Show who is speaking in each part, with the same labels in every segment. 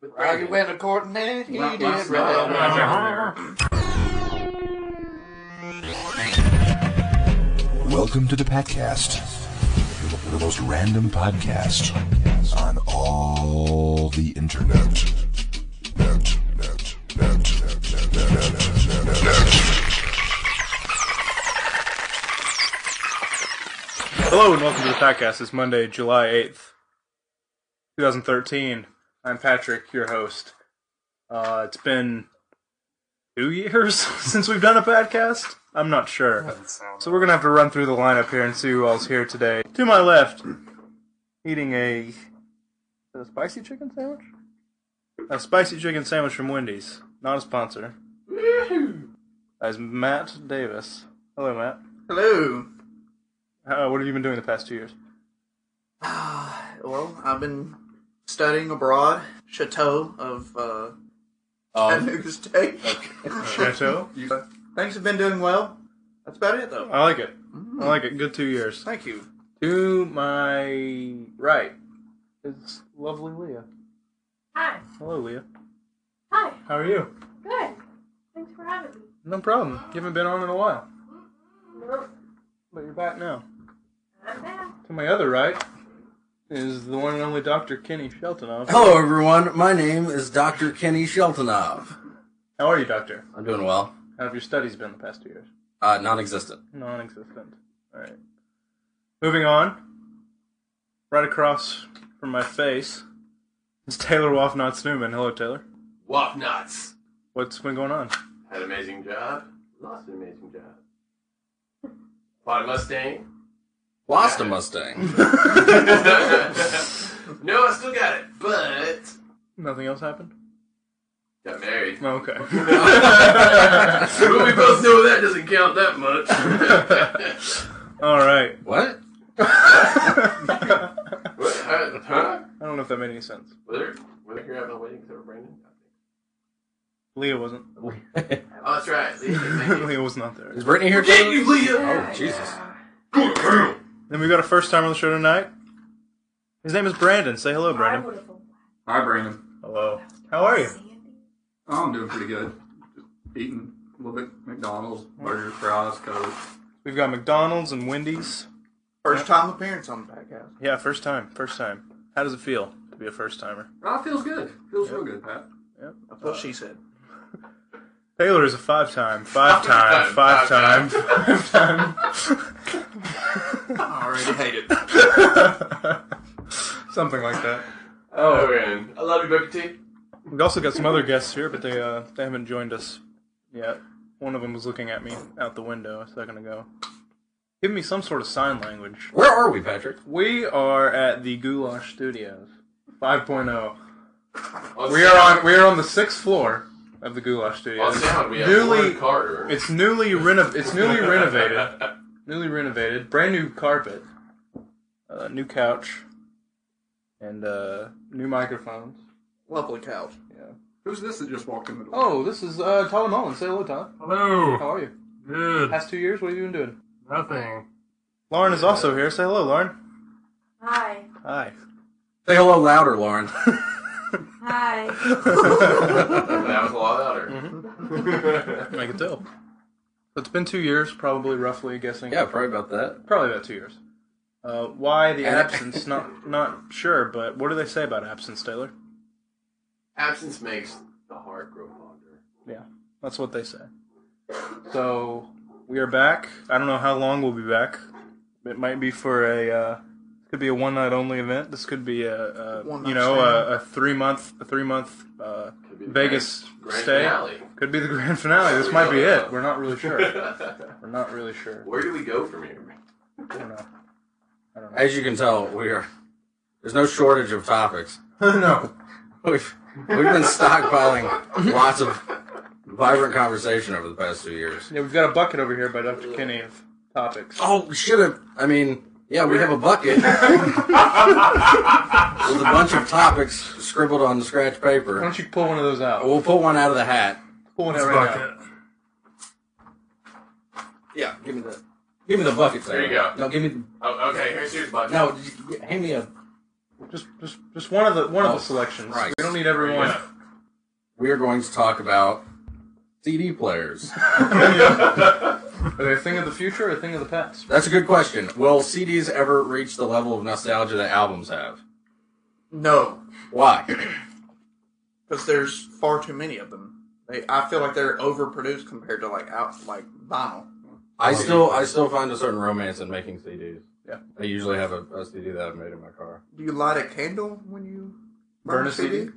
Speaker 1: But thought you went to court and then he
Speaker 2: Rock,
Speaker 1: did.
Speaker 2: rock, rock, rock, rock.
Speaker 3: Welcome to the Patcast, the most random podcast on all the internet. Net, net, net, net, net, net, net, net, net, net.
Speaker 4: Hello and welcome to the podcast. It's Monday, July 8th, 2013. I'm Patrick, your host. Uh, it's been two years since we've done a podcast? I'm not sure. So we're going to have to run through the lineup here and see who all's here today. To my left, eating a, is it a spicy chicken sandwich? A spicy chicken sandwich from Wendy's. Not a sponsor. As Matt Davis. Hello, Matt.
Speaker 2: Hello.
Speaker 4: Uh, what have you been doing the past two years?
Speaker 2: Well, I've been studying abroad, Chateau of uh, Chattanooga State. Uh,
Speaker 4: Chateau?
Speaker 2: Things have been doing well. That's about it, though.
Speaker 4: I like it. I like it. Good two years.
Speaker 2: Thank you.
Speaker 4: To my right is lovely Leah.
Speaker 5: Hi.
Speaker 4: Hello, Leah.
Speaker 5: Hi.
Speaker 4: How are you?
Speaker 5: Good. Thanks for having me.
Speaker 4: No problem. You haven't been on in a while,
Speaker 5: Nope.
Speaker 4: but you're back now.
Speaker 5: I'm back.
Speaker 4: To my other right is the one and only Dr. Kenny Sheltonov.
Speaker 6: Hello, everyone. My name is Dr. Kenny Sheltonov.
Speaker 4: How are you, Doctor?
Speaker 6: I'm doing well.
Speaker 4: How have your studies been the past two years?
Speaker 6: Uh, non-existent.
Speaker 4: Non-existent. All right. Moving on. Right across from my face is Taylor Woffnotz Newman. Hello, Taylor.
Speaker 7: Walk nuts.
Speaker 4: What's been going on?
Speaker 7: Had an amazing job. Lost an amazing job. Bought a Mustang.
Speaker 6: Lost a Mustang.
Speaker 7: no, I still got it, but
Speaker 4: Nothing else happened?
Speaker 7: got married.
Speaker 4: Oh, Okay.
Speaker 7: But we both know that doesn't count that much.
Speaker 4: All right.
Speaker 6: What?
Speaker 7: what? Huh? huh?
Speaker 4: I don't know if that made any sense.
Speaker 7: Were there, were there here at my wedding except for Brandon?
Speaker 4: Leah wasn't.
Speaker 7: Oh, that's right. Leah, thank you.
Speaker 4: Leah was not there.
Speaker 6: Is Brittany here
Speaker 7: Thank
Speaker 6: too?
Speaker 7: you, Leah.
Speaker 6: Oh, Jesus.
Speaker 7: Good girl.
Speaker 4: Then we've got a first time on the show tonight. His name is Brandon. Say hello,
Speaker 5: I
Speaker 4: Brandon.
Speaker 5: would have loved
Speaker 8: Hi, Brandon.
Speaker 4: Hello. How are you?
Speaker 5: Sandy.
Speaker 8: Oh, I'm doing pretty good. Eating a little bit McDonald's, burgers, fries, Coke.
Speaker 4: We've got McDonald's and Wendy's.
Speaker 2: First time appearance on the podcast.
Speaker 4: Yeah, first time. First time. How does it feel to be a first timer?
Speaker 8: Ah, feels good. Feels real good, Pat.
Speaker 2: That's what she said.
Speaker 4: Taylor is a five time, five time, five time,
Speaker 7: Five time,
Speaker 4: five time.
Speaker 2: I already hate it.
Speaker 4: Something like that.
Speaker 7: Oh, man. I love you, Booker T.
Speaker 4: We've also got some other guests here, but they uh, they haven't joined us yet. One of them was looking at me out the window a second ago. Give me some sort of sign language.
Speaker 6: Where are we, Patrick?
Speaker 4: We are at the Goulash Studios 5.0.
Speaker 7: On
Speaker 4: We are on we are on the sixth floor of the Goulash
Speaker 7: On
Speaker 4: Studios.
Speaker 7: sound, we have
Speaker 4: Newly-
Speaker 7: Warren Carter.
Speaker 4: It's newly renov it's newly renovated, newly renovated, brand new carpet, uh, new couch, and uh, new microphones.
Speaker 2: Lovely couch.
Speaker 4: Yeah.
Speaker 8: Who's this that just walked in the door?
Speaker 4: Oh, this is uh, Tyler Mullen. Say hello, Tyler.
Speaker 9: Hello.
Speaker 4: How are you?
Speaker 9: Good.
Speaker 4: Past two years, what have you been doing?
Speaker 9: Nothing.
Speaker 4: Lauren is also here. Say hello, Lauren.
Speaker 5: Hi.
Speaker 4: Hi.
Speaker 6: Say hello louder, Lauren.
Speaker 5: Hi.
Speaker 7: that was a lot louder.
Speaker 4: I can tell. It's been two years, probably roughly guessing.
Speaker 6: yeah, probably about that.
Speaker 4: probably about two years. Uh, why the absence? not not sure, but what do they say about absence, Taylor?
Speaker 7: Absence makes the heart grow fonder.
Speaker 4: Yeah, that's what they say. So we are back. I don't know how long we'll be back. It might be for a uh, could be a one night only event. This could be a, a
Speaker 2: One-night
Speaker 4: you know
Speaker 2: stand.
Speaker 4: a, a three month a three month uh,
Speaker 7: Could be the
Speaker 4: Vegas
Speaker 7: Grand
Speaker 4: stay.
Speaker 7: finale.
Speaker 4: Could be the grand finale. This might be it. We're not really sure. We're not really sure.
Speaker 7: Where do we go from here?
Speaker 4: I don't know. I don't know.
Speaker 6: As you can tell, we are. There's no shortage of topics.
Speaker 4: no.
Speaker 6: We've we've been stockpiling lots of vibrant conversation over the past two years.
Speaker 4: Yeah, we've got a bucket over here by Dr. Kinney of topics.
Speaker 6: Oh, we should have. I mean, yeah, we have a bucket with a bunch of topics scribbled on scratch
Speaker 4: Why
Speaker 6: paper.
Speaker 4: don't you pull one of those out?
Speaker 6: We'll pull one out of the hat.
Speaker 4: Pull one out
Speaker 9: It's
Speaker 4: right now.
Speaker 9: bucket.
Speaker 6: Yeah, give me the give me the bucket.
Speaker 7: There you
Speaker 6: Taylor.
Speaker 7: go.
Speaker 6: No, give me.
Speaker 7: Oh, okay, here's your
Speaker 6: The,
Speaker 7: budget.
Speaker 6: no, hand me a
Speaker 4: Just, just, just one of the one of
Speaker 6: Oh,
Speaker 4: the selections.
Speaker 6: right.
Speaker 4: We don't need everyone.
Speaker 6: We are going to talk about CD players.
Speaker 4: Are they a thing of the future or a thing of the past?
Speaker 6: That's a good question. Will CDs ever reach the level of nostalgia that albums have?
Speaker 2: No,
Speaker 6: Why?
Speaker 2: because there's far too many of them. They, I feel like they're overproduced compared to like out like vinyl.
Speaker 6: I still I still find a certain romance in making CDs.
Speaker 4: Yeah.
Speaker 6: I usually have a, a CD that I've made in my car.
Speaker 2: Do you light a candle when you
Speaker 4: Burn a CD?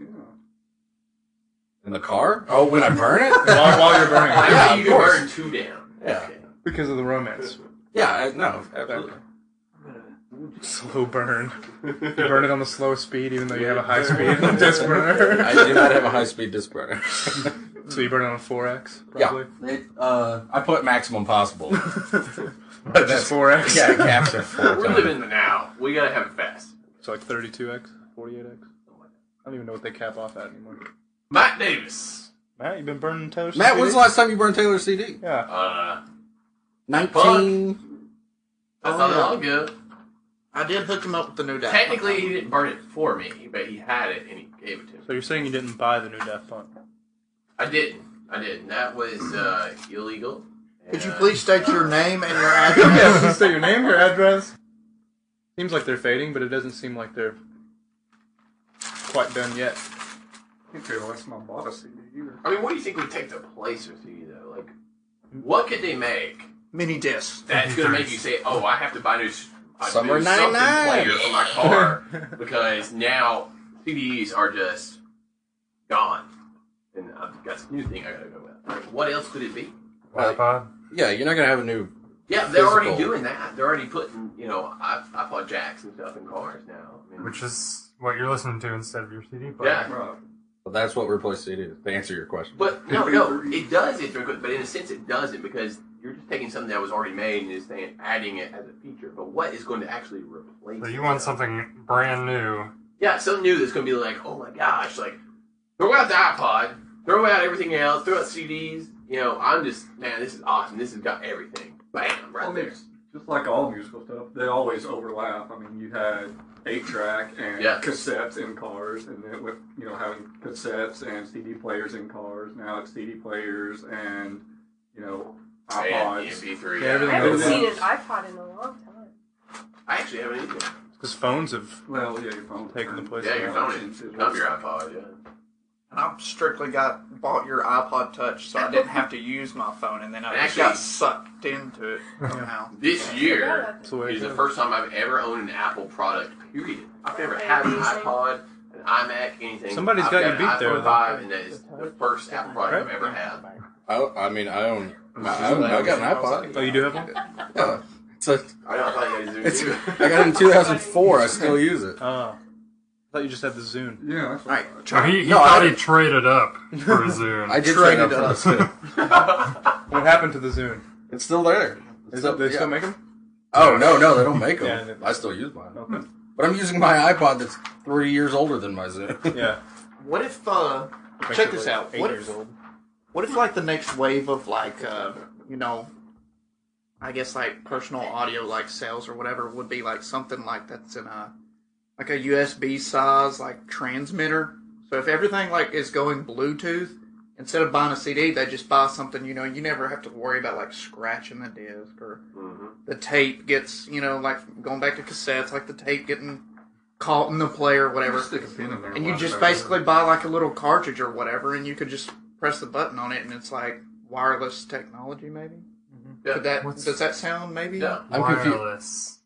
Speaker 6: In the car? Oh, when I burn it?
Speaker 4: while, while you're burning, it.
Speaker 6: Yeah,
Speaker 7: I
Speaker 6: of
Speaker 7: think you
Speaker 6: course.
Speaker 7: burn two down.
Speaker 6: Yeah.
Speaker 7: Okay.
Speaker 4: because of the romance.
Speaker 6: yeah, I, no, absolutely.
Speaker 4: Slow burn. You burn it on the slow speed, even though you have a high speed disc burner.
Speaker 6: I do not have a high speed disc burner.
Speaker 4: So you burn it on four X,
Speaker 6: Yeah.
Speaker 4: probably.
Speaker 6: It, uh, I put maximum possible.
Speaker 4: Which is four X.
Speaker 6: yeah, it caps it four
Speaker 7: We're
Speaker 6: times.
Speaker 7: living in the now. We gotta have it fast.
Speaker 4: So like thirty-two X, forty-eight X. I don't even know what they cap off at anymore.
Speaker 7: Matt Davis.
Speaker 4: Matt, you've been burning toast.
Speaker 6: Matt, when's the last time you burned Taylor's CD?
Speaker 4: Yeah.
Speaker 7: Uh,
Speaker 6: Nineteen.
Speaker 7: that's
Speaker 2: Oh,
Speaker 7: not
Speaker 2: yeah.
Speaker 7: that long ago.
Speaker 2: I did hook him up with the new dad.
Speaker 7: Technically, he didn't burn it for me, but he had it and he gave it to me.
Speaker 4: So you're saying you didn't buy the new Daft Punk?
Speaker 7: I didn't. I didn't. That was uh, illegal.
Speaker 2: Could you
Speaker 7: And-
Speaker 2: please state your name and your
Speaker 4: yeah,
Speaker 2: address?
Speaker 4: just say your name, your address. Seems like they're fading, but it doesn't seem like they're quite done yet.
Speaker 8: I can't tell you the last time I bought a CD either.
Speaker 7: I mean, what do you think would take the place with you though? Like, what could they make
Speaker 2: Mini disc.
Speaker 7: that's gonna make you say, "Oh, I have to buy new, a
Speaker 6: Summer
Speaker 7: new something
Speaker 6: 99.
Speaker 7: player for my car because now CDs are just gone, and I've got some new thing I gotta go with." Like, what else could it be?
Speaker 4: iPod.
Speaker 6: Yeah, you're not gonna have a new.
Speaker 7: Yeah, they're already
Speaker 6: Physical.
Speaker 7: doing that. They're already putting, you know, I iPod jacks and stuff in cars now. I mean,
Speaker 9: which is what you're listening to instead of your CD player.
Speaker 7: yeah,
Speaker 8: Right.
Speaker 6: Well, that's what replaced CDs. To answer your question.
Speaker 7: But no, no, it does intercut, but in a sense, it doesn't because you're just taking something that was already made and just saying, adding it as a feature. But what is going to actually replace?
Speaker 9: So
Speaker 7: it?
Speaker 9: you want something brand new.
Speaker 7: Yeah, something new that's going to be like, oh my gosh, like throw out the iPod, throw out everything else, throw out CDs. You know, I'm just man, this is awesome. This has got everything. Bam, right
Speaker 8: Well,
Speaker 7: there.
Speaker 8: it's Just like all musical stuff, they always overlap. I mean, you had eight track and
Speaker 7: Yeah.
Speaker 8: cassettes in cars, and then with you know having cassettes and CD players in cars. Now it's CD players and you know
Speaker 7: And
Speaker 8: iPods.
Speaker 7: MP3.
Speaker 4: Oh, Yeah, everything
Speaker 5: I haven't
Speaker 8: goes up.
Speaker 5: seen an iPod in a long time.
Speaker 7: I actually haven't even.
Speaker 4: Because phones have
Speaker 8: Well, yeah, your phone
Speaker 4: taken the place.
Speaker 7: Yeah,
Speaker 4: of
Speaker 7: your
Speaker 4: that.
Speaker 7: phone is not your iPod. Yeah.
Speaker 2: And I strictly got bought your iPod Touch, so I didn't have to use my phone, and then I just
Speaker 7: Actually-
Speaker 2: got sucked into it somehow.
Speaker 7: This year.
Speaker 5: Yeah,
Speaker 4: That's the way it
Speaker 7: It's the
Speaker 4: is.
Speaker 7: first time I've ever owned an Apple product. Period. I've never had an iPod, an iMac, anything.
Speaker 4: Somebody's
Speaker 7: I've
Speaker 4: got
Speaker 7: an
Speaker 4: you beat
Speaker 7: iPhone
Speaker 4: there, though.
Speaker 7: 5, and that is the first Apple product I've ever had.
Speaker 6: I, I mean, I own. I, own, I got an iPod.
Speaker 4: Oh, you do have one?
Speaker 6: It's a,
Speaker 7: I don't like that
Speaker 6: it's,
Speaker 7: Zoom. either.
Speaker 6: I got it in 2004. I still use it.
Speaker 4: Oh. I thought you just had the Zune.
Speaker 8: Yeah, that's
Speaker 2: Right,
Speaker 9: No, he he
Speaker 6: No, I
Speaker 9: thought he
Speaker 6: didn't.
Speaker 9: traded up for a Zune.
Speaker 6: I did
Speaker 2: Trade
Speaker 6: trade up
Speaker 2: it
Speaker 6: for
Speaker 2: up.
Speaker 6: this too.
Speaker 4: What happened to the Zune?
Speaker 6: It's still there. It's
Speaker 4: Is
Speaker 6: up-
Speaker 4: it, they
Speaker 6: yeah.
Speaker 4: still make them?
Speaker 6: Oh no, no, they don't make them.
Speaker 4: Yeah, they-
Speaker 6: I still use mine,
Speaker 4: Okay.
Speaker 6: but I'm using my iPod that's three years older than my Zoom.
Speaker 4: Yeah.
Speaker 2: What if uh,
Speaker 4: Makes
Speaker 2: check
Speaker 4: it
Speaker 2: this
Speaker 4: like
Speaker 2: out?
Speaker 4: Eight
Speaker 2: What
Speaker 4: years
Speaker 2: if
Speaker 4: old.
Speaker 2: what if like the next wave of like uh, you know, I guess like personal audio like sales or whatever would be like something like that's in a like a USB size like transmitter. So if everything like is going Bluetooth. Instead of buying a CD, they just buy something you know. You never have to worry about like scratching the disc or the tape gets you know like going back to cassettes, like the tape getting caught in the player, or whatever.
Speaker 8: Just stick a pin in there.
Speaker 2: And you
Speaker 8: watch
Speaker 2: just
Speaker 8: that.
Speaker 2: basically buy like a little cartridge or whatever, and you could just press the button on it, and it's like wireless technology, maybe.
Speaker 7: Yeah.
Speaker 2: Could that
Speaker 9: What's-
Speaker 2: does that sound maybe?
Speaker 7: Mm-hmm. Yeah.
Speaker 6: I'm confused.
Speaker 9: Wireless.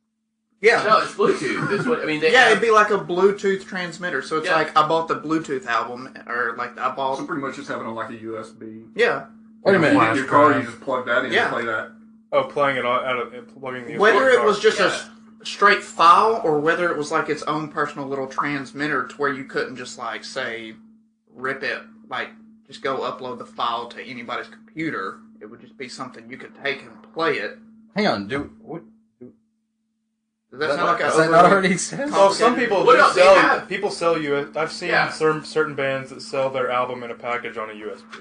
Speaker 2: Yeah.
Speaker 7: No, it's Bluetooth. This one, I mean, they
Speaker 2: Yeah,
Speaker 7: have,
Speaker 2: it'd be like a Bluetooth transmitter. So it's
Speaker 7: Yeah.
Speaker 2: like I bought the Bluetooth album, or like I
Speaker 8: So
Speaker 2: bought.
Speaker 8: pretty much just having a, like a USB.
Speaker 2: Yeah.
Speaker 6: Wait a
Speaker 8: You
Speaker 6: minute.
Speaker 9: Flash
Speaker 8: get your car,
Speaker 9: drive.
Speaker 8: you just plug that in
Speaker 2: Yeah.
Speaker 8: and play that.
Speaker 4: Oh, playing it all out of plugging the.
Speaker 2: Whether it was just a
Speaker 7: Yeah.
Speaker 2: s- straight file, or whether it was like its own personal little transmitter, to where you couldn't just like say rip it, like just go upload the file to anybody's computer. It would just be something you could take and play it.
Speaker 6: Hang on. Do what,
Speaker 2: Does that sound like
Speaker 6: does
Speaker 2: a
Speaker 6: that not already exist?
Speaker 4: Well, some people
Speaker 7: What
Speaker 4: do
Speaker 7: else? They
Speaker 4: sell.
Speaker 7: have-
Speaker 4: People sell you. I've seen
Speaker 7: Yeah.
Speaker 4: certain certain bands that sell their album in a package on a USB.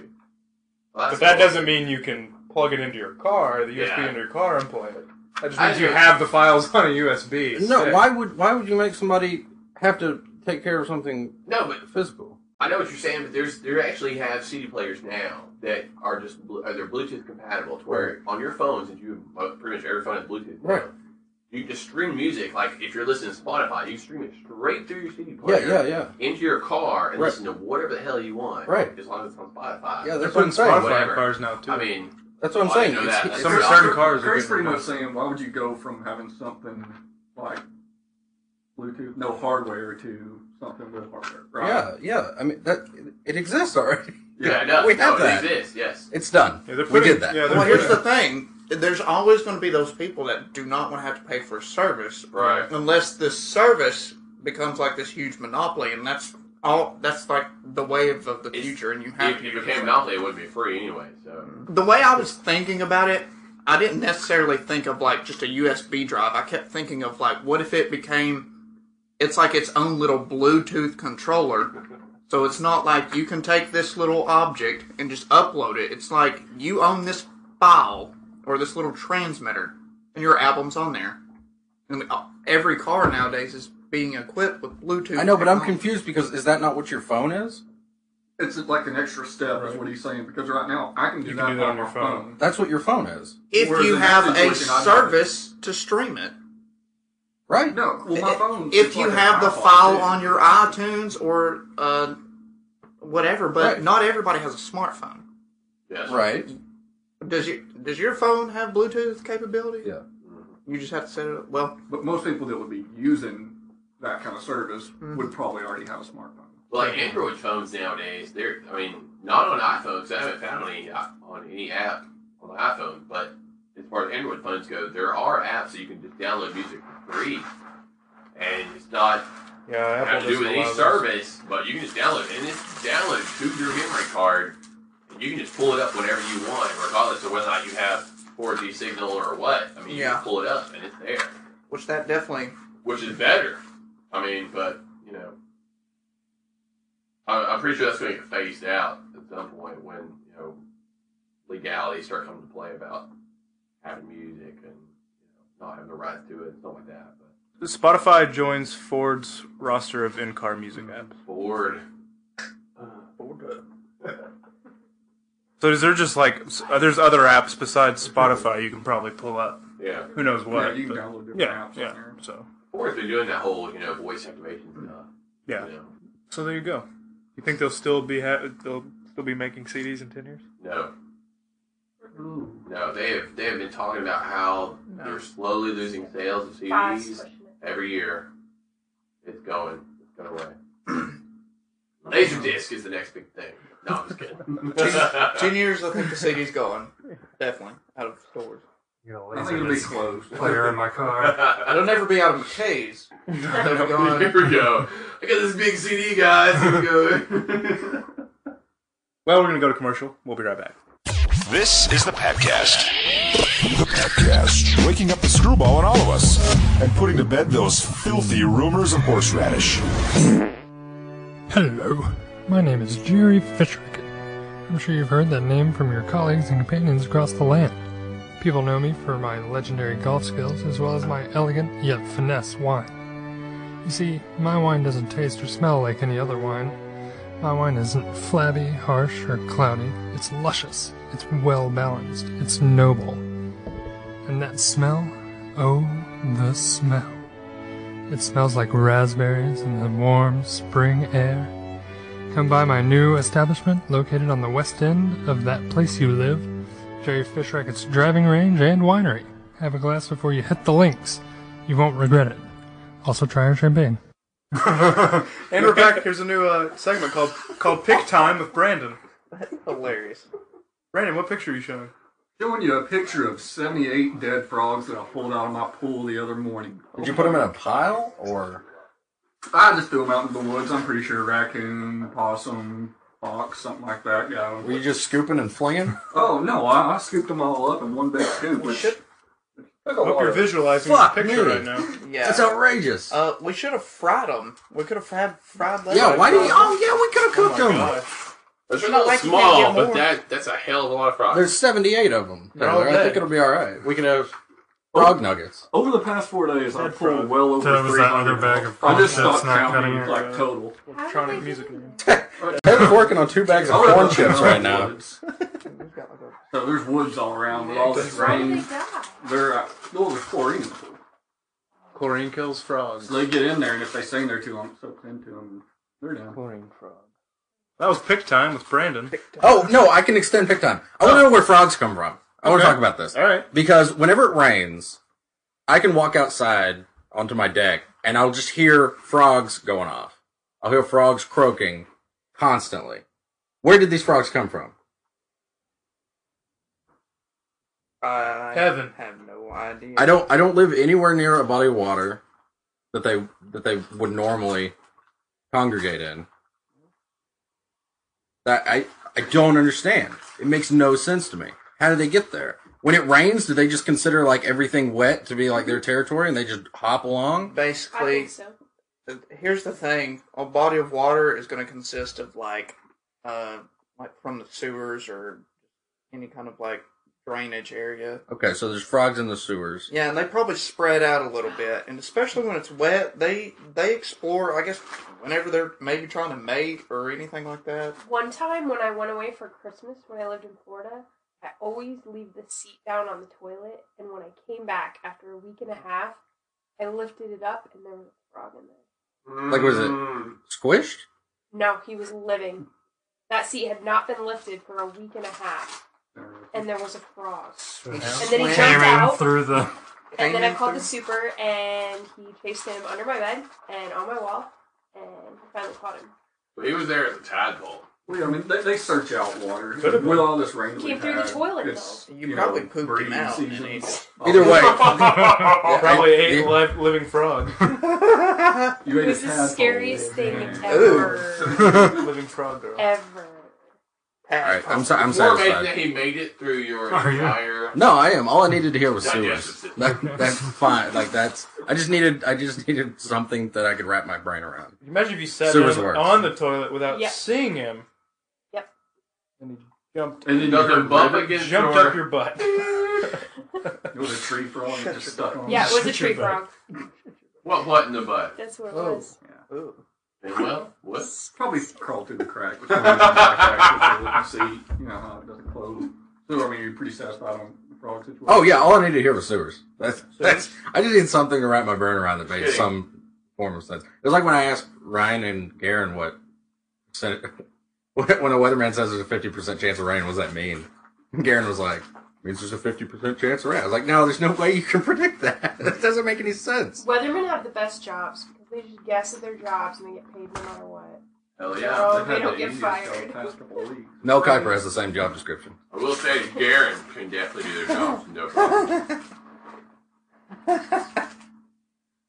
Speaker 7: Well, that's
Speaker 4: But that
Speaker 7: cool.
Speaker 4: doesn't mean you can plug it into your car, the USB
Speaker 7: Yeah.
Speaker 4: into your car, and play it. That just
Speaker 7: I
Speaker 4: means you
Speaker 7: agree.
Speaker 4: have the files on a USB.
Speaker 6: No,
Speaker 4: Sick.
Speaker 6: why would why would you make somebody
Speaker 10: have to take care of something
Speaker 7: No, but
Speaker 10: physical.
Speaker 7: I know what you're saying, but there's there actually have CD players now that are just blu- uh, they're Bluetooth compatible to where on your phones, and you uh, pretty much every phone has Bluetooth. now,
Speaker 10: Right.
Speaker 7: You can just stream music like if you're listening to Spotify, you can stream it straight through your CD
Speaker 10: Yeah,
Speaker 7: player.
Speaker 10: yeah, yeah.
Speaker 7: Into your car and
Speaker 10: Right.
Speaker 7: listen to whatever the hell you want.
Speaker 10: Right.
Speaker 7: As long as it's on Spotify.
Speaker 10: Yeah,
Speaker 4: They're
Speaker 10: that's what
Speaker 4: putting
Speaker 10: I'm saying.
Speaker 4: Spotify
Speaker 7: Whatever.
Speaker 4: in cars now too.
Speaker 7: I mean,
Speaker 10: That's what I'm
Speaker 7: Oh, I
Speaker 10: saying.
Speaker 7: know
Speaker 10: It's,
Speaker 7: that.
Speaker 10: it's-
Speaker 7: Some are
Speaker 8: Kurt's-
Speaker 4: certain cars are
Speaker 8: Kurt's
Speaker 4: getting
Speaker 8: pretty much
Speaker 4: enough.
Speaker 8: saying, why would you go from having something like Bluetooth, no hardware, to something with hardware? Right?
Speaker 10: yeah, yeah. I mean, that it exists already.
Speaker 7: yeah, it does.
Speaker 10: we have
Speaker 7: No,
Speaker 10: that.
Speaker 7: It exists, yes.
Speaker 10: It's done.
Speaker 4: Yeah, they're
Speaker 10: we
Speaker 4: putting-
Speaker 10: did that.
Speaker 4: Yeah, they're
Speaker 2: Well, here's
Speaker 4: putting-
Speaker 2: the thing. There's always going to be those people that do not want to have to pay for a service,
Speaker 7: Right.
Speaker 2: Unless this service becomes like this huge monopoly, and that's all. That's like the wave of the
Speaker 7: It's-
Speaker 2: future, and you have
Speaker 7: If
Speaker 2: to.
Speaker 7: you
Speaker 2: do
Speaker 7: became
Speaker 2: it.
Speaker 7: Monopoly, it wouldn't be free anyway. So
Speaker 10: Mm-hmm.
Speaker 2: The way I was thinking about it, I didn't necessarily think of like just a USB drive. I kept thinking of like, what if it became? It's like its own little Bluetooth controller. So it's not like you can take this little object and just upload it. It's like you own this file or this little transmitter, and your album's on there. And uh, every car nowadays is being equipped with Bluetooth.
Speaker 10: I know, but I'm
Speaker 2: technology.
Speaker 10: confused because is that not what your phone is?
Speaker 8: It's like an extra step, is what he's saying. Because right now, I can do,
Speaker 4: You
Speaker 8: that,
Speaker 4: can do that on
Speaker 8: my
Speaker 4: your phone.
Speaker 10: That's what your phone is,
Speaker 2: If
Speaker 8: Whereas
Speaker 2: you
Speaker 8: in
Speaker 2: have
Speaker 8: that
Speaker 2: a
Speaker 8: situation, I know.
Speaker 2: service to stream it.
Speaker 10: right?
Speaker 8: No, well, my phone.
Speaker 2: if you have the file on your iTunes or uh, whatever, but
Speaker 10: Right.
Speaker 2: not everybody has a smartphone.
Speaker 7: yes.
Speaker 10: Right.
Speaker 2: Does your does your phone have Bluetooth capability?
Speaker 10: Yeah.
Speaker 2: You just have to set it up. Well,
Speaker 8: But most people that would be using that kind of service
Speaker 2: Hmm.
Speaker 8: would probably already have a smartphone.
Speaker 7: Well, like Android phones nowadays, they're I mean, not on iPhones. I haven't found any i- on any app on the iPhone, but as far as Android phones go, there are apps that you can just download music for free, and it's not
Speaker 4: yeah, Apple
Speaker 7: have to do
Speaker 4: doesn't
Speaker 7: with any
Speaker 4: allow those.
Speaker 7: service, but you can just download it, and it's downloaded to your memory card, and you can just pull it up whenever you want, regardless of whether or not you have 4G signal or what. I mean, you
Speaker 2: Yeah.
Speaker 7: can pull it up and it's there,
Speaker 2: which that definitely.
Speaker 7: which is better. I mean, but you know, I, I'm pretty sure that's going to get phased out at some point when you know legalities start coming to play about having music and you know, not having the rights to it and stuff like that. But
Speaker 4: Spotify joins Ford's roster of in-car music apps.
Speaker 7: bored.
Speaker 4: So is there just like s- uh, there's other apps besides Spotify you can probably pull up?
Speaker 7: Yeah.
Speaker 4: Who knows what?
Speaker 8: yeah, you can
Speaker 4: but-
Speaker 8: download different
Speaker 4: yeah,
Speaker 8: apps
Speaker 4: yeah.
Speaker 8: on there.
Speaker 4: So
Speaker 7: Or if they're doing that whole, you know, voice activation stuff.
Speaker 4: yeah.
Speaker 7: You know?
Speaker 4: So there you go. You think they'll still be ha- they'll still be making CDs in ten years?
Speaker 7: No. No, they have they have been talking about how they're slowly losing sales of
Speaker 5: Five's
Speaker 7: CDs
Speaker 5: pushing it.
Speaker 7: every year. It's going. It's going away. Laserdisc is the next big thing. No, I'm just kidding.
Speaker 2: Ten years, I think the CD's gone. Definitely out of stores.
Speaker 9: You got a
Speaker 8: I think it'll be
Speaker 9: Laserdisc
Speaker 8: close.
Speaker 9: player in my car.
Speaker 2: It'll never be out of McKay's. They've
Speaker 7: Here
Speaker 2: gone.
Speaker 7: we go. I got this big CD, guys. Here we go.
Speaker 4: Well, we're gonna go to commercial. We'll be right back.
Speaker 3: This is the Patcast. The Patcast. Waking up the screwball in all of us and putting to bed those filthy rumors of horseradish.
Speaker 9: Hello, my name is Jerry Fisherick. I'm sure you've heard that name from your colleagues and companions across the land. People know me for my legendary golf skills as well as my elegant yet finesse wine. You see, my wine doesn't taste or smell like any other wine. My wine isn't flabby, harsh, or cloudy. It's luscious, it's well balanced, it's noble. And that smell? Oh, the smell. It smells like raspberries in the warm spring air. Come by my new establishment located on the west end of that place you live, Jerry Fish Racket's driving range and winery. Have a glass before you hit the links. You won't regret it. Also, try our champagne.
Speaker 4: And we're back. Here's a new uh, segment called called Pick Time with Brandon.
Speaker 2: Hilarious.
Speaker 4: Brandon, what picture are you showing?
Speaker 8: Showing you a picture of 78 dead frogs that I pulled out of my pool the other morning.
Speaker 6: Did you put them in a pile or?
Speaker 8: I just threw them out in the woods. I'm pretty sure raccoon, possum, fox, something like that got 'em.
Speaker 6: Were you just scooping and flinging?
Speaker 8: Oh no, I, I scooped them all up in one big scoop. Which
Speaker 2: should-
Speaker 4: Hope you're visualizing the
Speaker 6: Fuck
Speaker 4: picture
Speaker 6: me.
Speaker 4: right now.
Speaker 2: Yeah.
Speaker 6: That's outrageous.
Speaker 2: uh, we should have fried them. We could have had fried them.
Speaker 6: yeah, why did you? Oh yeah, we could have cooked them.
Speaker 7: Those
Speaker 2: It's
Speaker 7: are
Speaker 2: not
Speaker 7: not
Speaker 2: like you can't
Speaker 7: small,
Speaker 2: get
Speaker 7: but
Speaker 2: more.
Speaker 7: that that's a hell of a lot of fries.
Speaker 6: There's 78 of them.
Speaker 2: They're all
Speaker 6: I think
Speaker 2: dead.
Speaker 6: it'll be all right. We can have Frog nuggets.
Speaker 8: Over the past four days, I pulled well over
Speaker 11: That was that
Speaker 8: 300
Speaker 11: other bag of
Speaker 8: I just
Speaker 11: corn chips
Speaker 8: stopped
Speaker 11: not
Speaker 8: counting,
Speaker 11: cutting it.
Speaker 8: like, total.
Speaker 4: Electronic music. name.
Speaker 6: Ted's working on two bags of
Speaker 8: Oh,
Speaker 6: corn
Speaker 8: yeah.
Speaker 6: chips right now.
Speaker 8: So there's woods all around with all this
Speaker 12: Why did
Speaker 8: rain.
Speaker 12: they die?
Speaker 8: They're, uh, well, there's chlorine. in the pool.
Speaker 4: Chlorine kills frogs.
Speaker 8: So they get in there, and if they stay in there too long, it soaks into them. They're done.
Speaker 4: Chlorine frog. That was pick time with Brandon.
Speaker 6: Oh no, I can extend pick time. I want to know where frogs come from. I want to
Speaker 4: Oh. Okay.
Speaker 6: talk about this
Speaker 4: All right.
Speaker 6: because whenever it rains, I can walk outside onto my deck and I'll just hear frogs going off. I'll hear frogs croaking constantly. Where did these frogs come from?
Speaker 2: I
Speaker 4: Heaven.
Speaker 2: have no idea.
Speaker 6: I don't. I don't live anywhere near a body of water that they that they would normally congregate in. That I I don't understand. It makes no sense to me. How do they get there? When it rains, do they just consider like everything wet to be like their territory and they just hop along?
Speaker 12: I
Speaker 2: Basically,
Speaker 12: think so.
Speaker 2: th- here's the thing: a body of water is going to consist of like, uh, like from the sewers or any kind of like drainage area.
Speaker 6: Okay, so there's frogs in the sewers.
Speaker 2: Yeah, and they probably spread out a little bit, and especially when it's wet, they they explore. I guess whenever they're maybe trying to mate or anything like that.
Speaker 12: One time when I went away for Christmas when I lived in Florida, I always leave the seat down on the toilet, and when I came back after a week and a half, I lifted it up, and there was a frog in there.
Speaker 6: Like, what is it? Squished?
Speaker 12: No, he was living. That seat had not been lifted for a week and a half, and there was a frog. And then he jumped
Speaker 11: Aiming
Speaker 12: out,
Speaker 11: through the.
Speaker 12: and then I
Speaker 2: Hanging
Speaker 12: called the
Speaker 2: through.
Speaker 12: super, and he chased him under my bed and on my wall, and I finally caught him.
Speaker 7: But he was there as a tadpole.
Speaker 8: Well, I mean, they, they search out water with all this rain. that
Speaker 12: Came
Speaker 8: we've
Speaker 12: through the
Speaker 8: had,
Speaker 12: toilet,
Speaker 8: it's,
Speaker 2: though. You probably pooped him
Speaker 8: breeding
Speaker 2: out and
Speaker 8: season.
Speaker 2: ate it.
Speaker 6: Either way,
Speaker 4: Probably
Speaker 6: I-
Speaker 4: ate
Speaker 6: yeah.
Speaker 4: live, living frog.
Speaker 8: you
Speaker 12: It
Speaker 8: ate
Speaker 12: was
Speaker 8: a
Speaker 12: the
Speaker 8: tadpole.
Speaker 12: scariest thing
Speaker 2: Ooh.
Speaker 12: ever.
Speaker 4: living frog girl.
Speaker 12: ever.
Speaker 6: all right, I'm, so, I'm
Speaker 7: Or maybe
Speaker 6: satisfied.
Speaker 7: that he made it through your
Speaker 11: Are you?
Speaker 7: entire.
Speaker 6: No, I am. All I needed to hear was sewers.
Speaker 7: Digestive system.
Speaker 6: That, that's fine. Like that's. I just needed. I just needed something that I could wrap my brain around.
Speaker 4: Imagine if you sat
Speaker 6: Sewers
Speaker 4: him
Speaker 6: works.
Speaker 4: on the toilet without
Speaker 12: Yep.
Speaker 4: seeing him.
Speaker 12: Yep.
Speaker 4: And he jumped,
Speaker 8: And then you
Speaker 7: Another
Speaker 8: heard
Speaker 7: bump
Speaker 8: rabbit-
Speaker 7: against
Speaker 4: jumped
Speaker 7: your.
Speaker 4: up your butt.
Speaker 8: It was a tree frog that just stuck on
Speaker 12: Yeah, it was a
Speaker 4: Shut
Speaker 12: tree
Speaker 4: your butt.
Speaker 12: frog.
Speaker 7: What butt in the butt?
Speaker 12: That's what it
Speaker 2: Oh.
Speaker 12: was.
Speaker 2: Ooh.
Speaker 7: And well, what?
Speaker 8: Probably crawled through the crack. between the back axis of the seat, you know how it doesn't close. So I mean, you're pretty satisfied on the frog situation.
Speaker 6: Oh yeah, all I needed to hear was sewers. That's that's. I just need something to wrap my brain around that made
Speaker 7: Kidding.
Speaker 6: some form of sense. It was like when I asked Ryan and Garen what percent- when when a weatherman says there's a fifty percent chance of rain, what does that mean? And Garen was like, means there's a fifty percent chance of rain. I was like, no, there's no way you can predict that. That doesn't make any sense.
Speaker 12: Weathermen have the best jobs because they just guess at their jobs and they get paid no matter what.
Speaker 7: Hell
Speaker 12: Oh,
Speaker 7: yeah.
Speaker 8: They've
Speaker 12: they
Speaker 8: had
Speaker 12: don't
Speaker 8: that
Speaker 12: get
Speaker 8: easiest job
Speaker 12: fired.
Speaker 8: the past couple of weeks.
Speaker 6: Mel Kiper has the same job description.
Speaker 7: I will say, Garen can definitely do their jobs, no problem.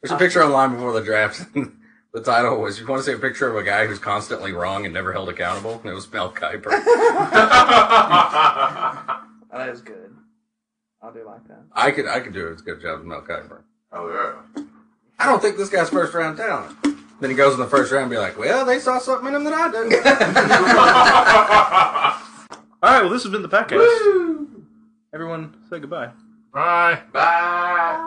Speaker 6: There's a picture online before the draft. the title was "You want to see a picture of a guy who's constantly wrong and never held accountable?" And it was Mel Kiper.
Speaker 2: Oh, that is good. I do like that.
Speaker 6: I could I could do a good job with Mel Kiper.
Speaker 7: Oh, yeah.
Speaker 6: I don't think this guy's first round talent. Then he goes in the first round and be like, "Well, they saw something in him that I didn't."
Speaker 4: All right, well, this has been the podcast. Everyone, say goodbye.
Speaker 11: Bye.
Speaker 12: Uh,
Speaker 7: Bye.
Speaker 12: Bye.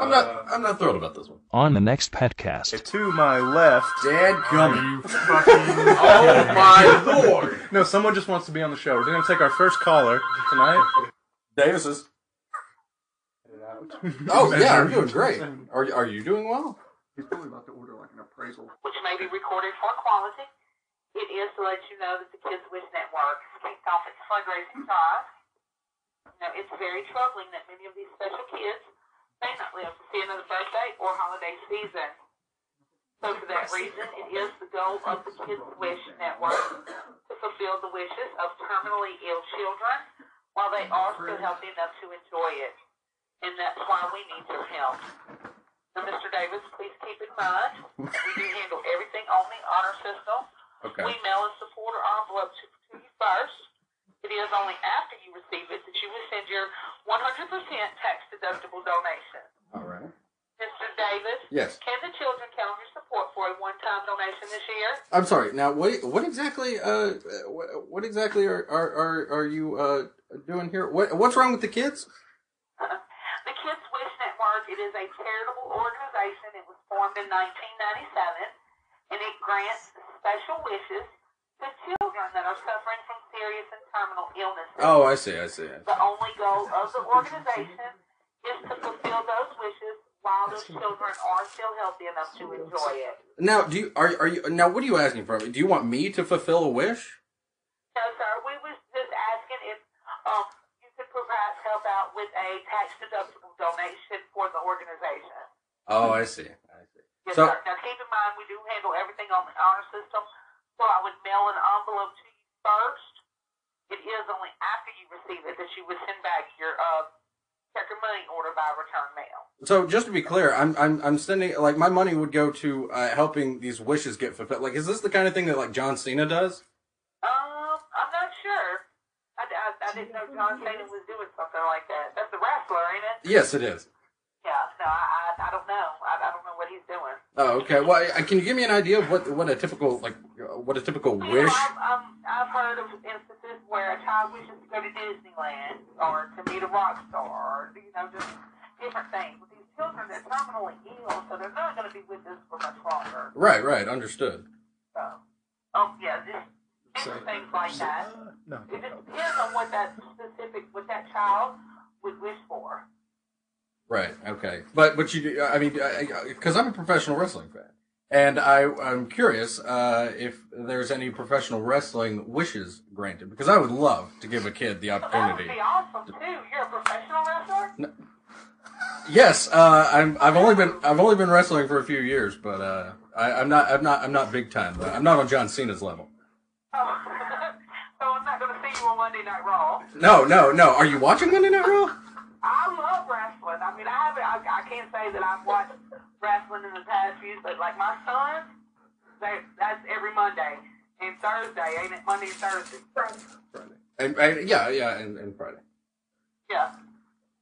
Speaker 6: I'm not I'm not thrilled about this one.
Speaker 9: on the next podcast.
Speaker 4: To my left.
Speaker 6: Dad gummy.
Speaker 11: You fucking.
Speaker 7: Oh, my lord.
Speaker 4: No, someone just wants to be on the show. We're going to take our first caller tonight.
Speaker 6: Davis's.
Speaker 8: Get it out.
Speaker 6: Oh yeah, I'm doing great. Are are you doing well?
Speaker 8: He's probably about to order like an appraisal.
Speaker 13: which may be recorded for quality. It is to let you know that the Kids Wish Network has kicked off its fundraising drive. You know, it's very troubling that many of these special kids may not live to see another birthday or holiday season. So for that reason, it is the goal of the Kids Wish Network to fulfill the wishes of terminally ill children while they are still healthy enough to enjoy it. And that's why we need your help. Now, Mr. Davis, please keep in mind, we do handle everything on the honor system.
Speaker 6: Okay.
Speaker 13: We mail a supporter envelope to, to you first. It is only after you receive it that you will send your 100% tax deductible donation.
Speaker 6: All right.
Speaker 13: Mr. Davis,
Speaker 6: Yes.
Speaker 13: can the children count on your support for a one-time donation this year?
Speaker 6: I'm sorry. Now, what what exactly uh what, what exactly are are are, are you uh doing here? What what's wrong with the kids?
Speaker 13: The Kids Wish Network It is a charitable organization. It was formed in 1997, and it grants special wishes to children that are suffering from serious and terminal illnesses.
Speaker 6: Oh, I see, I see. I see.
Speaker 13: The only goal of the organization is to fulfill those wishes while those children are still healthy enough to enjoy it.
Speaker 6: Now, do you are are you now? What are you asking for? Do you want me to fulfill a wish?
Speaker 13: No, sir. We was just asking if um, you could perhaps help out with a tax deductible donation for the organization.
Speaker 6: Oh, I see.
Speaker 13: Yes,
Speaker 6: So-
Speaker 13: sir. Now keep in mind, we do handle everything on the honor system, so I would mail an envelope to you first. It is only after you receive it that you would send back your uh, check or money order by return mail.
Speaker 6: So, just to be clear, I'm I'm I'm sending like my money would go to uh, helping these wishes get fulfilled. Like, is this the kind of thing that like John Cena does?
Speaker 13: Um, I'm not sure. I, I, I didn't know John Cena was doing something like that. That's a wrestler, ain't it?
Speaker 6: Yes, it is.
Speaker 13: Yeah. No, I I, I don't know. I, I don't know what he's doing.
Speaker 6: Oh, okay. Well, I- can you give me an idea of what what a typical like uh, what a typical
Speaker 13: You know,
Speaker 6: wish?
Speaker 13: I've, um, I've heard of instances where a child wishes to go to Disneyland or to meet a rock star, or, you know, just different things. But these children, they're terminally ill, so they're not going to be with us for much longer.
Speaker 6: Right, right. Understood.
Speaker 13: So, um, yeah, just different things like that.
Speaker 4: No.
Speaker 13: It just depends on what that specific, what that child would wish for.
Speaker 6: Right. Okay. But but you do. I mean, because I'm a professional wrestling fan, and I I'm curious uh, if there's any professional wrestling wishes granted because I would love to give a kid the
Speaker 13: That would
Speaker 6: opportunity.
Speaker 13: be awesome, too. You're a professional wrestler?
Speaker 6: Yes. Uh, I'm I've only been I've only been wrestling for a few years, but uh, I, I'm not I'm not I'm not big time. though. I'm not on John Cena's level.
Speaker 13: Oh, so I'm not going to see you on Monday Night Raw.
Speaker 6: No, no, no. Are you watching Monday Night Raw?
Speaker 13: I love wrestling. I mean, I haven't. I, I can't say that I've watched wrestling in the past few, but like my son, they, that's every Monday and Thursday, ain't it? Monday and Thursday.
Speaker 6: And, and yeah, yeah, and, and Friday.
Speaker 13: Yeah,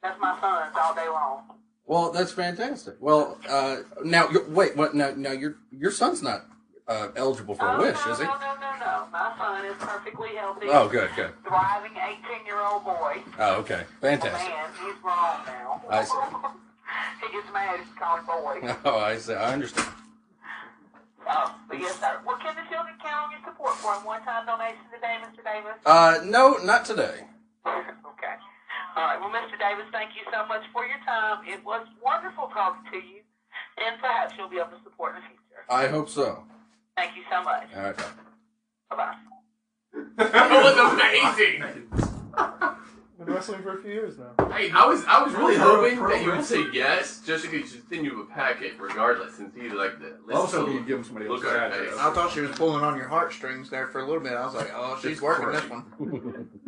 Speaker 13: that's my son's all day long.
Speaker 6: Well, that's fantastic. Well, uh, now you- wait, what? Now, now your your son's not uh, eligible for a
Speaker 13: oh,
Speaker 6: wish,
Speaker 13: no,
Speaker 6: is he?
Speaker 13: No, no, no, no. My son is perfectly healthy.
Speaker 6: Oh, good, good.
Speaker 13: Thriving 18 year old boy.
Speaker 6: Oh, okay, fantastic.
Speaker 13: Man, he's wrong now.
Speaker 6: I see.
Speaker 13: he gets mad if you call him boy.
Speaker 6: Oh, I see. I understand.
Speaker 13: Oh, but yes, sir. Well, can the children count on your support for a one time donation today, Mr. Davis?
Speaker 6: Uh, no, not today.
Speaker 13: Okay. All right. Well, Mr. Davis, thank you so much for your time. It was wonderful talking to you, and perhaps you'll be able to support in the future.
Speaker 6: I hope so.
Speaker 13: Thank you so much.
Speaker 6: All right.
Speaker 13: Bye bye.
Speaker 7: That was amazing.
Speaker 4: Been wrestling for a few years now.
Speaker 7: Hey, I was I was really hoping that you would say yes, just so he could send you a packet regardless, since he like the
Speaker 2: Also, you'd give him
Speaker 7: somebody
Speaker 2: I thought she was pulling on your heartstrings there for a little bit. I was like, oh, she's working this one.